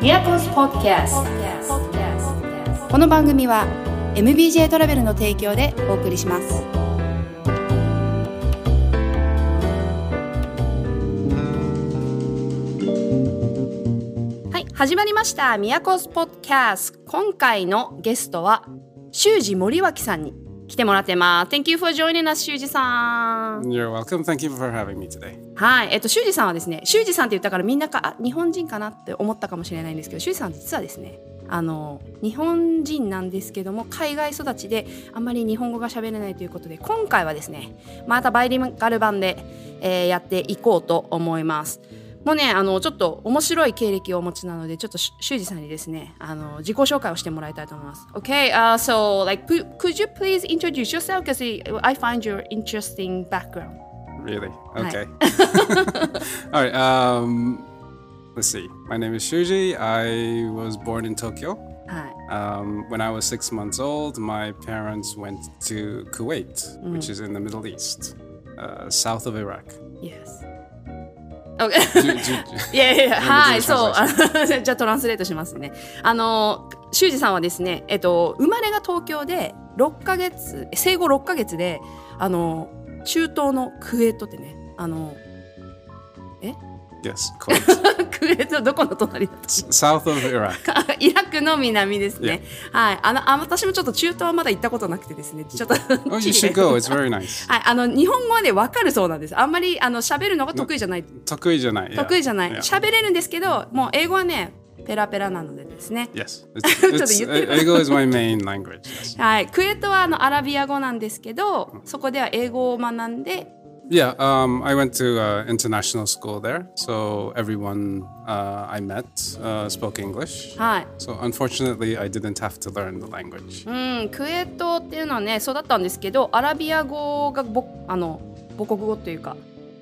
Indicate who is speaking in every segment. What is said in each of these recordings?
Speaker 1: ミラクルスポッキャスこの番組は MBJ トラベルの提供でお送りしますはい始まりましたミラクルスポッキャス今回のゲストは修二森脇さんに来てもらってます Thank you for joining us 修二さん
Speaker 2: You're welcome. Thank you for having me today.
Speaker 1: はい、えっと、修二さんはですね、修二さんって言ったから、みんなか、あ、日本人かなって思ったかもしれないんですけど、修二さん実はですね。あの、日本人なんですけども、海外育ちで、あまり日本語が喋れないということで、今回はですね。またバイリガル版で、えーやっていこうと思います。もうね、あの、ちょっと面白い経歴をお持ちなので、ちょっとし修二さんにですね、あの、自己紹介をしてもらいたいと思います。Okay, uh, so like, could could you please introduce yourself? Because I find your interesting background.
Speaker 2: Really? Okay. All right. Um, let's see. My name is Shuji. I was born in Tokyo.
Speaker 1: はい。
Speaker 2: Um, when I was six months old, my parents went to Kuwait, which is in the Middle East, uh, south of Iraq.
Speaker 1: Yes. Okay.
Speaker 2: Do- do- do-
Speaker 1: いやいやいや、はい、
Speaker 2: English
Speaker 1: そう。 じゃあトランスレートしますね。あの、修二さんはですね、えっと、生まれが東京で、6ヶ月、生後6ヶ月で、あの、中東のクウェートってね、あの、
Speaker 2: yes, Kuwait.
Speaker 1: クウェートどこの隣だっ
Speaker 2: S- south of Iraq.
Speaker 1: たかイラクの南ですね。はい。あの、あ、私もちょっと中東はまだ行ったことなくてですね、ちょっと
Speaker 2: Oh,
Speaker 1: 地理
Speaker 2: you should
Speaker 1: が。
Speaker 2: go. It's very nice.
Speaker 1: はい、あの、日本語はね、わかるそうなんです。あんまり、あの、喋るのが得意じゃない。
Speaker 2: Tokui janai. yeah.
Speaker 1: 得意じゃない
Speaker 2: Yeah.
Speaker 1: 喋れるんですけどもう英語はねペラペラなのでですね
Speaker 2: Yes. It's, it's,
Speaker 1: you-
Speaker 2: Ego is my main language. Yes.
Speaker 1: はいクエートはあのアラビア語なんですけどそこでは英語を学んで
Speaker 2: Yeah, um, I went to uh, international school there, so everyone uh, I met uh, spoke English.
Speaker 1: はい
Speaker 2: So unfortunately, I didn't have to learn the language.
Speaker 1: うんクエートっていうのはね育ったんですけどアラビア語がぼあの母国語というか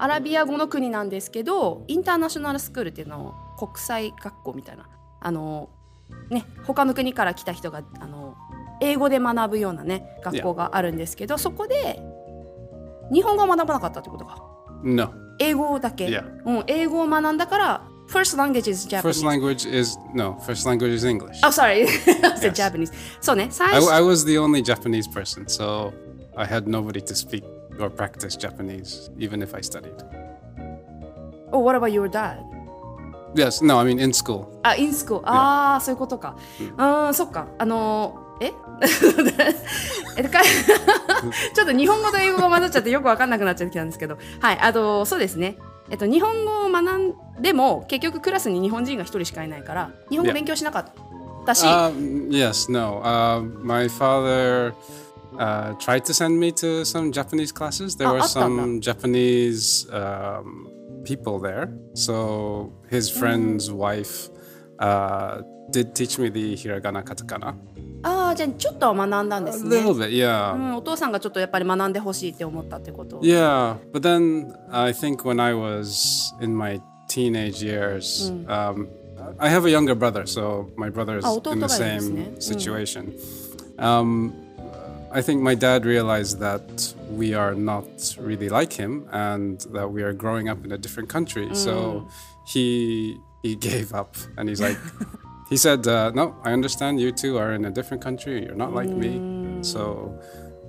Speaker 1: アラビア語の国なんですけどインターナショナルスクールっていうのを国際学校みたいなあのね他の国から来た人があの英語で学ぶようなね学校があるんですけどそこで日本語を学ばなかったってことか
Speaker 2: No,
Speaker 1: 英語だけ、
Speaker 2: Yeah.
Speaker 1: うん、英語を学んだから First language is
Speaker 2: first
Speaker 1: Japanese
Speaker 2: language is no. First language is English.
Speaker 1: Oh sorry I said Japanese そうね最
Speaker 2: I,
Speaker 1: 初
Speaker 2: I was the only Japanese person, so I had nobody to speak or practice Japanese, even if I studied.
Speaker 1: Oh what about your dad?
Speaker 2: Yes, no, I mean in school.
Speaker 1: あ、インスコ。ああ、そういうことか。うん、そっか。あのー、え えかちょっと日本語と英語が混ざっちゃってよくわかんなくなっちゃってきたんですけど。はい、あの、そうですね。えっと、日本語を学んでも、結局クラスに日本人が一人しかいないから、日本語勉強しなかったし、
Speaker 2: Um, yes, no. Uh, my father uh, tried to send me to some Japanese classes. There
Speaker 1: Ah,
Speaker 2: were
Speaker 1: awesome.
Speaker 2: some Japanese um, people there. So his friend's wife uh, did teach me the hiragana katakana.
Speaker 1: ああ、じゃあちょっとは学んだんで
Speaker 2: A
Speaker 1: すね。
Speaker 2: little bit,
Speaker 1: う
Speaker 2: yeah.
Speaker 1: ん、お父さんがちょっとやっぱり学んでほしいって思ったってこと。
Speaker 2: Yeah. But then I think when I was in my teenage years, um, I have a younger brother, so my brother is
Speaker 1: Ah, 弟
Speaker 2: in the
Speaker 1: がいるんですね。うん。
Speaker 2: same situation. Um, I think my dad realized that we are not really like him and that we are growing up in a different country. So he he gave up and he's like he said, uh, "No, I understand you two are in a different country. You're not like me. So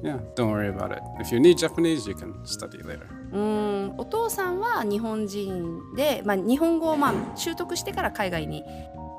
Speaker 2: yeah, don't worry about it. If you need Japanese, you can study later."
Speaker 1: うんお父さんは日本人で、まあ、日本語をまあ習得してから海外に、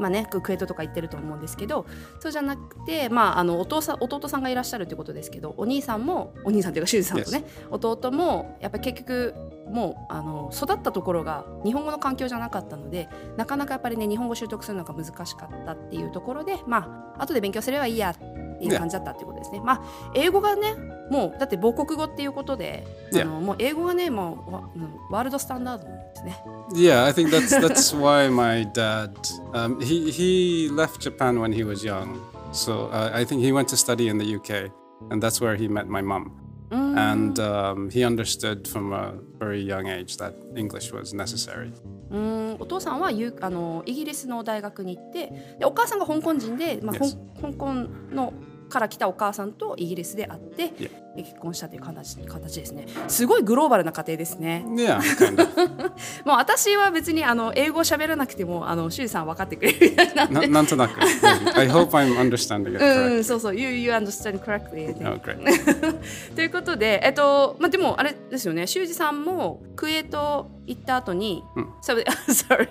Speaker 1: まあね、ククエートとか行ってると思うんですけどそうじゃなくて、まあ、あのお父さん弟さんがいらっしゃるってことですけどお兄さんもお兄さんというか修二さんとね、弟もやっぱり結局もうあの育ったところが日本語の環境じゃなかったのでなかなかやっぱりね日本語習得するのが難しかったっていうところでまあ後で勉強すればいいやっていう感じだったってことですね。まあ英語がねもうだって母国語っていうことで、
Speaker 2: Yeah.
Speaker 1: あのもう英語がねもうわうんワールドスタンダードなんですね。
Speaker 2: Yeah, I think that's that's why my dad um, he he left Japan when he was young. So uh, I think he went to study in the UK, and that's where he met my mom. And um, he understood from a very young age that English was necessary.
Speaker 1: うーんお父さんはゆあのイギリスの大学に行ってでお母さんが香港人で、まあ、ほん
Speaker 2: Yes.
Speaker 1: 香港のから来たお母さんとイギリスで会って
Speaker 2: いや
Speaker 1: で結婚したという形形ですねすごいグローバルな家庭ですね
Speaker 2: Yeah, kind of.
Speaker 1: もう私は別にあの英語喋らなくてもあのシュウさん分かってくれるみたいな
Speaker 2: Na- Nantanaku. I hope I'm understanding it
Speaker 1: う
Speaker 2: correctly.
Speaker 1: んそうそう you, you understand correctly I think.
Speaker 2: Oh, great.
Speaker 1: ということで、えっとまあ、でもあれですよね修二さんもクエート行った後に、So- sorry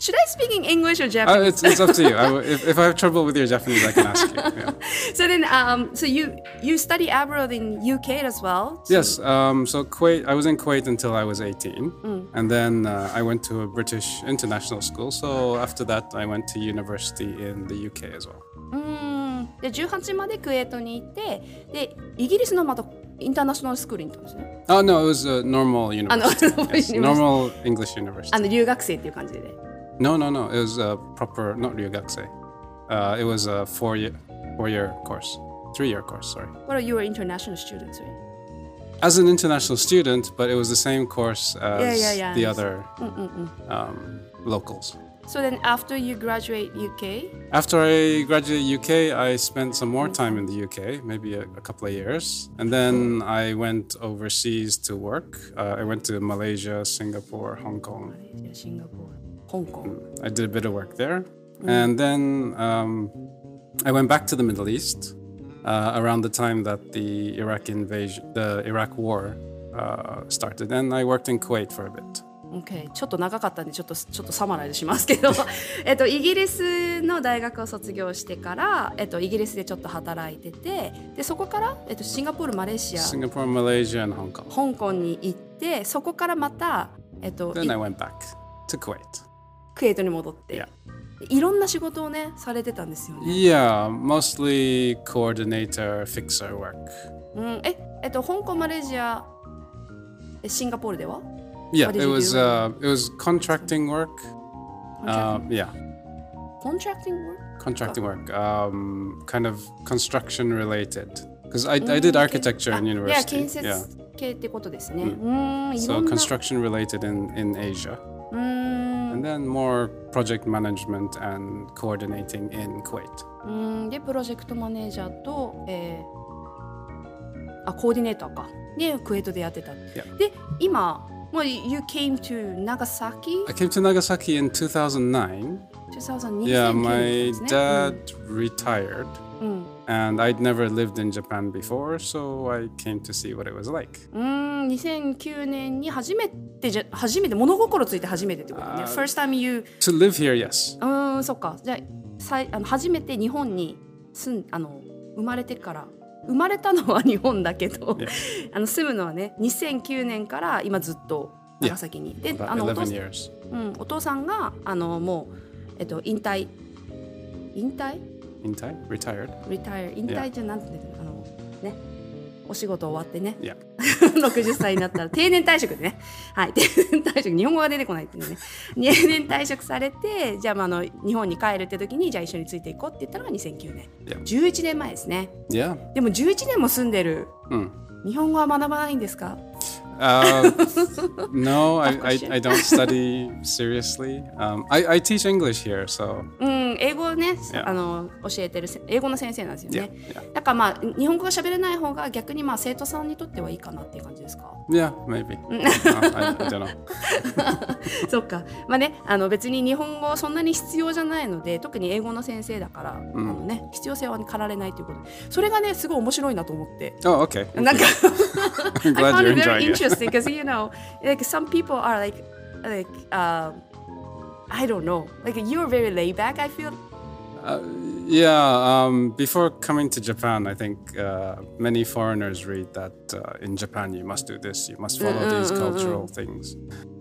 Speaker 1: should I speak in English or
Speaker 2: Uh,
Speaker 1: Japanese?
Speaker 2: it's, it's up to you. I w if, if I have trouble with your Japanese, I can ask you. Yeah.
Speaker 1: so then um, so you you study abroad in UK as well
Speaker 2: Yes. Um, so Kuwait, I was in Kuwait until I was 18,
Speaker 1: Mm.
Speaker 2: and then uh, I went to a British international school. So after that, I went to university in the UK as well.
Speaker 1: うんで18までクエートに行ってでイギリスのまたインターナショナルスクールに行ったんですね
Speaker 2: Oh no, it was a normal university.
Speaker 1: normal
Speaker 2: Yes,
Speaker 1: university.
Speaker 2: normal English university.
Speaker 1: あの留学生っていう感じでね
Speaker 2: No, no, no. It was a proper not ryugakse. Uh, it was a four year, four year course, three year course. Sorry.
Speaker 1: What are your international students? right?
Speaker 2: As an international student, but it was the same course as
Speaker 1: yeah, Mm, yeah.
Speaker 2: the other um, locals.
Speaker 1: So then after you graduate UK
Speaker 2: After I graduated UK, I spent some more time in the UK, maybe a, a couple of years, and then I went overseas to work. Uh, I went to Malaysia, Singapore, Hong Kong.
Speaker 1: シンガポール香港
Speaker 2: I did a bit of work there, and then um, I went back to the Middle East uh, around the time that the Iraq invasion, the Iraq War, uh, started, and I worked in Kuwait for a bit.
Speaker 1: OK ちょっと長かったんでちょっとちょっとサマライズしますけ ど、えっと、イギリスの大学を卒業してから、えっと、イギリスでちょっと働いててでそこから、えっと、シンガポールマレーシア
Speaker 2: Singapore, Malaysia, and Hong Kong.
Speaker 1: 香港に行ってそこからまた、えっと、い
Speaker 2: Then I went back to Kuwait.
Speaker 1: クエートに戻って、
Speaker 2: いや
Speaker 1: いろんな仕事をねされてたんですよね。
Speaker 2: Yeah, mostly coordinator, fixer work.
Speaker 1: うん、ええっと香港マレーシアえシンガポールでは
Speaker 2: Yeah,
Speaker 1: What did
Speaker 2: it
Speaker 1: you
Speaker 2: was
Speaker 1: do?
Speaker 2: uh, it was contracting work. Uh, yeah,
Speaker 1: コントラクティング
Speaker 2: contracting work, um, kind of construction related. Because I,
Speaker 1: Mm,
Speaker 2: I did architecture in
Speaker 1: いや
Speaker 2: university.
Speaker 1: 建設
Speaker 2: Yeah,
Speaker 1: 系ってことですね。うん、いろ
Speaker 2: so
Speaker 1: んな。
Speaker 2: construction related in in Asia,
Speaker 1: うん
Speaker 2: and then more project management and coordinating in Kuwait.
Speaker 1: うんでプロジェクトマネージャーと、えーあコーディネーターかでクエートでやってた、
Speaker 2: Yeah.
Speaker 1: で今もう You came to Nagasaki
Speaker 2: I came to Nagasaki in 2009.
Speaker 1: 2002年
Speaker 2: Yeah, my
Speaker 1: ですね
Speaker 2: dad retired,
Speaker 1: うん、
Speaker 2: and I'd never lived in Japan before, so I came to see what it was like.
Speaker 1: うん、うん2009年に初めてじゃ初めて物心ついて初めてってことね
Speaker 2: あ
Speaker 1: First time you
Speaker 2: To live here, yes.
Speaker 1: うんそっかじゃあさいあの初めて日本に住んあの生まれてから生まれたのは日本だけど
Speaker 2: Yeah.
Speaker 1: あの住むのはね2009年から今ずっと長崎に、で
Speaker 2: About
Speaker 1: あのお父
Speaker 2: Eleven
Speaker 1: さん
Speaker 2: years.
Speaker 1: うん、お父さんがあのもう、えっと、引退引退
Speaker 2: In time, retired.
Speaker 1: retire 引退じゃなんて言うのあのねお仕事終わってね
Speaker 2: Yeah.
Speaker 1: 60歳になったら定年退職でねはい定年退職日本語が出てこないっていうね定年退職されてじゃあ,、まあ、あの日本に帰るって時にじゃあ一緒についていこうって言ったのが2009年
Speaker 2: Yeah.
Speaker 1: 11年前ですね
Speaker 2: Yeah.
Speaker 1: でも11年も住んでる
Speaker 2: Mm.
Speaker 1: 日本語は学ばないんですか
Speaker 2: Uh, no, I,
Speaker 1: Tough
Speaker 2: I,
Speaker 1: question.
Speaker 2: I don't study seriously. Um, I, I teach English here, so
Speaker 1: うん、英語をね、
Speaker 2: Yeah.
Speaker 1: あの教えてるせ英語の先生なんですよね。
Speaker 2: Yeah,
Speaker 1: だからまあ日本語が喋れない方が逆にまあ生徒さんにとってはいいかなっていう感じですか。
Speaker 2: yeah, maybe. Uh, I, I don't know.
Speaker 1: そっか。まあね、あの別に日本語そんなに必要じゃないので、特に英語の先生だから、あのね必要性は駆られないということで。それがねすごい面白いなと思って。
Speaker 2: Oh, okay.
Speaker 1: なんか
Speaker 2: I'm
Speaker 1: I
Speaker 2: glad
Speaker 1: found
Speaker 2: you're
Speaker 1: it very
Speaker 2: enjoying it.
Speaker 1: interesting because you know, like some people are like, like, um, I don't know, like you're very laid back. I feel.
Speaker 2: Uh, Yeah, um, before coming to Japan, I think uh, many foreigners read that uh, in Japan you must do this, you must follow these cultural things.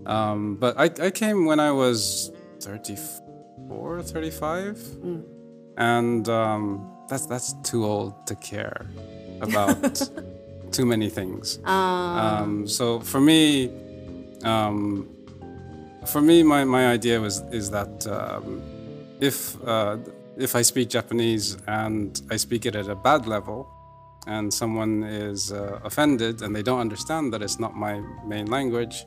Speaker 2: Um, but I, I came when I was 34, 35, and um, that's, that's too old to care about too many things.
Speaker 1: あ
Speaker 2: Um, so for me, um, for me, my, my idea was is that um, if uh, if I speak Japanese and I speak it at a bad level, and someone is uh, offended and they don't understand that it's not my main language,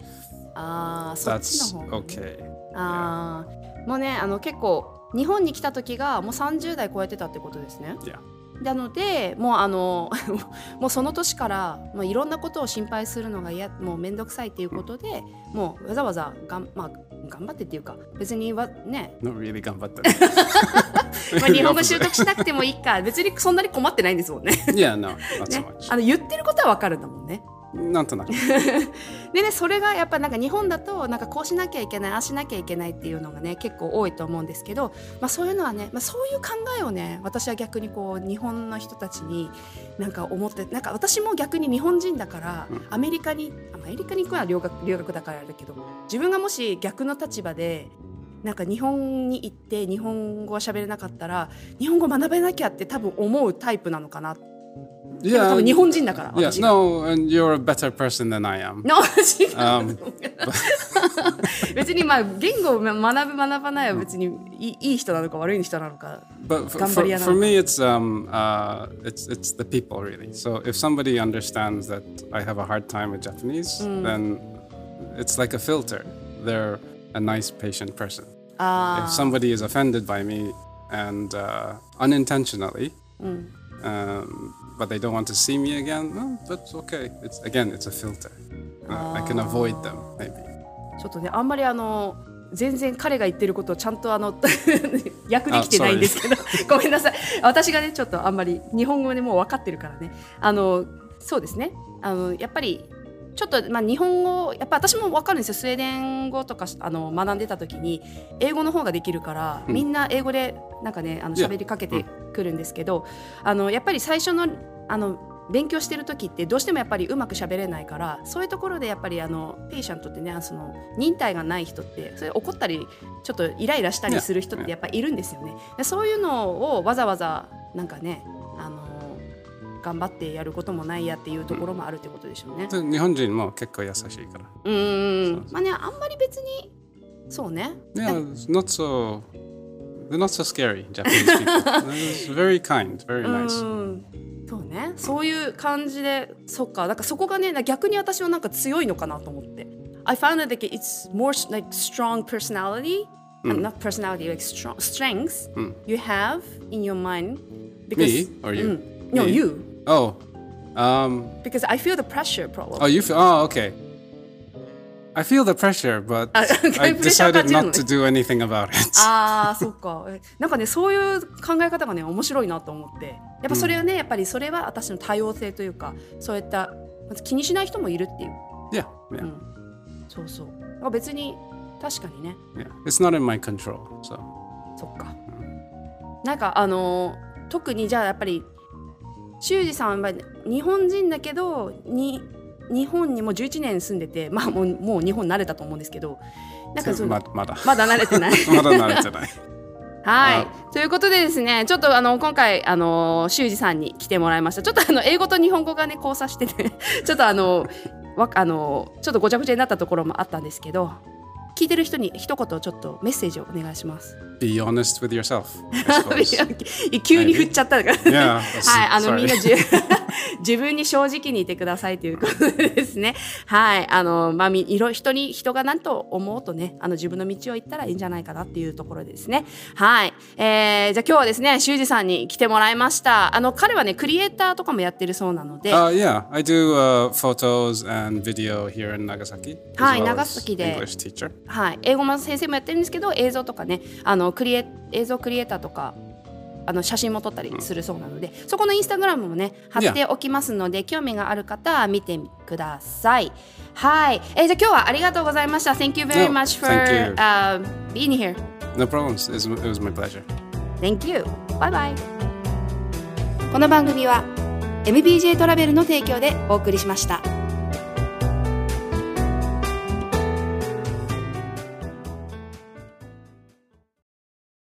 Speaker 1: ーあー、そっち
Speaker 2: that's
Speaker 1: の方。
Speaker 2: okay.
Speaker 1: ああ、もうね、あの結構日本に来た時がもう30代超えてたってことですね。
Speaker 2: Yeah,
Speaker 1: なのでもうあの もうその年からもういろんなことを心配するのが嫌もう面倒くさいっていうことで、もうわざわざがん、まあ、頑張ってっていうか別にわね
Speaker 2: Not really 頑張った。
Speaker 1: まあ日本語習得しなくてもいいか別にそんなに困ってないんですもん ね
Speaker 2: yeah, no, not so
Speaker 1: ね
Speaker 2: much.
Speaker 1: あの言ってることはわかるんだもんね。
Speaker 2: なんとなく。
Speaker 1: でねそれがやっぱなんか日本だとなんかこうしなきゃいけないああしなきゃいけないっていうのがね結構多いと思うんですけど、まあ、そういうのはね、まあ、そういう考えをね私は逆にこう日本の人たちになんか思ってなんか私も逆に日本人だから
Speaker 2: うん
Speaker 1: アメリカにアメリカに行くのは留学留学だからあれだけど自分がもし逆の立場で。なんか日本に行って日本語が喋れなかったら日本語学べなきゃって多分思うタイプなのかな多分日本人だから
Speaker 2: Yeah,
Speaker 1: 私
Speaker 2: no, and you're a better person than I am.
Speaker 1: な違う
Speaker 2: あ
Speaker 1: 別にまあ言語を学ぶ学ばないは別にいいいい人なのか悪い人なのか
Speaker 2: But for,
Speaker 1: 頑張り屋なの
Speaker 2: for, for me, it's um, uh, it's it's the people really. So if somebody understands that I have a hard time with Japanese, then it's like a filter. They're a nice, patient person.
Speaker 1: あ
Speaker 2: If somebody is offended by me and uh, unintentionally, um, but they don't want to see me again, well, that's okay. It's again, it's a filter. Uh, I can avoid them maybe.
Speaker 1: ーちょっとねあんまりあの全然彼が言ってることをちゃんとあの 役できてないんですけどごめんなさい私がねちょっとあんまり日本語でもう分かってるからねあのそうですねあのやっぱりちょっと、まあ、日本語やっぱ私も分かるんですよスウェーデン語とかあの学んでた時に英語の方ができるから、みんな英語でなんかねあの
Speaker 2: いや
Speaker 1: 喋りかけてくるんですけど、あのやっぱり最初のあの勉強してる時ってどうしてもやっぱりうまく喋れないからそういうところでやっぱりあのペイシャントってねあその忍耐がない人ってそれ怒ったりちょっとイライラしたりする人ってやっぱいるんですよね。でそういうのをわざわざなんかねあの頑張ってやることもないやっていうところもあるってことでしょうね。
Speaker 2: 日本人も結構優しいから。
Speaker 1: うんうんうん
Speaker 2: そう
Speaker 1: まあねあんまり別にそうね
Speaker 2: Yeah, it's not so. They're not so scary, Japanese people. They're just very kind, very
Speaker 1: う
Speaker 2: nice.
Speaker 1: んそうねそういう感じでそっかだからそこがね逆に私はなんか強いのかなと思って I found that like, it's more like strong personality、not personality like strong strengths、you have in your mind
Speaker 2: Me or you?
Speaker 1: うん mm, no
Speaker 2: Me?
Speaker 1: you
Speaker 2: Oh, um,
Speaker 1: because I feel the pressure problem
Speaker 2: oh, you feel. Oh, okay. I feel the pressure, but
Speaker 1: okay,
Speaker 2: I
Speaker 1: pressure Ah.
Speaker 2: decided not
Speaker 1: 같은
Speaker 2: to do anything about it.
Speaker 1: あーそっかえ なんかねそういう考え方がね面白いなと思ってやっぱそれはね、やっぱりそれは私の多様性というかそういったまず気にしない人もいるっていう
Speaker 2: Yeah, yeah,
Speaker 1: Mm. そうそうだから別に確かにね
Speaker 2: yeah. It's not in my control, so.
Speaker 1: そっかなんかあのー特にじゃあやっぱり修二さんは日本人だけどに日本にもう11年住んでてまあもうもう日本慣れたと思うんですけどなんかそうま
Speaker 2: ま - まだ。
Speaker 1: だ慣れてない
Speaker 2: まだ慣れてない。
Speaker 1: は
Speaker 2: あ
Speaker 1: い。ということでですね、ちょっとあの今回あの修二さんに来てもらいました。ちょっとあの英語と日本語がね交差してて、 ちょっとあのわあのちょっとごちゃごちゃになったところもあったんですけど、聞いてる人に一言ちょっとメッセージをお願いします。
Speaker 2: Be honest with yourself, I suppose.
Speaker 1: 急に振っちゃったから。
Speaker 2: Yeah,
Speaker 1: はい、あの
Speaker 2: sorry.
Speaker 1: みん な自 自分に正直にいてくださいということでですね。はい、あのまあみいろ人に人が何と思おうとね、あの自分の道を行ったらいいんじゃないかなっていうところですね。はい、えー、じゃあ今日はですね、修二さんに来てもらいました。あの彼はね、クリエイターとかもやってるそうなので、
Speaker 2: Uh, yeah, I do uh, photos and video here in Nagasaki. as
Speaker 1: はい、
Speaker 2: well as
Speaker 1: 長崎で。
Speaker 2: English teacher.
Speaker 1: はい、英語の先生もやってるんですけど、映像とかね、あのクリエ映像クリエイターとか。あの写真も撮ったりするそうなので、そこのインスタグラムもね貼っておきますので、興味がある方は見てください。はい、えーじゃあ今日はありがとうございました。Thank you very
Speaker 2: No,
Speaker 1: much for
Speaker 2: thank you.
Speaker 1: uh, being here.
Speaker 2: No problems. It was, it was my pleasure.
Speaker 1: Thank you. Bye bye. この番組は MBJ トラベルの提供でお送りしました。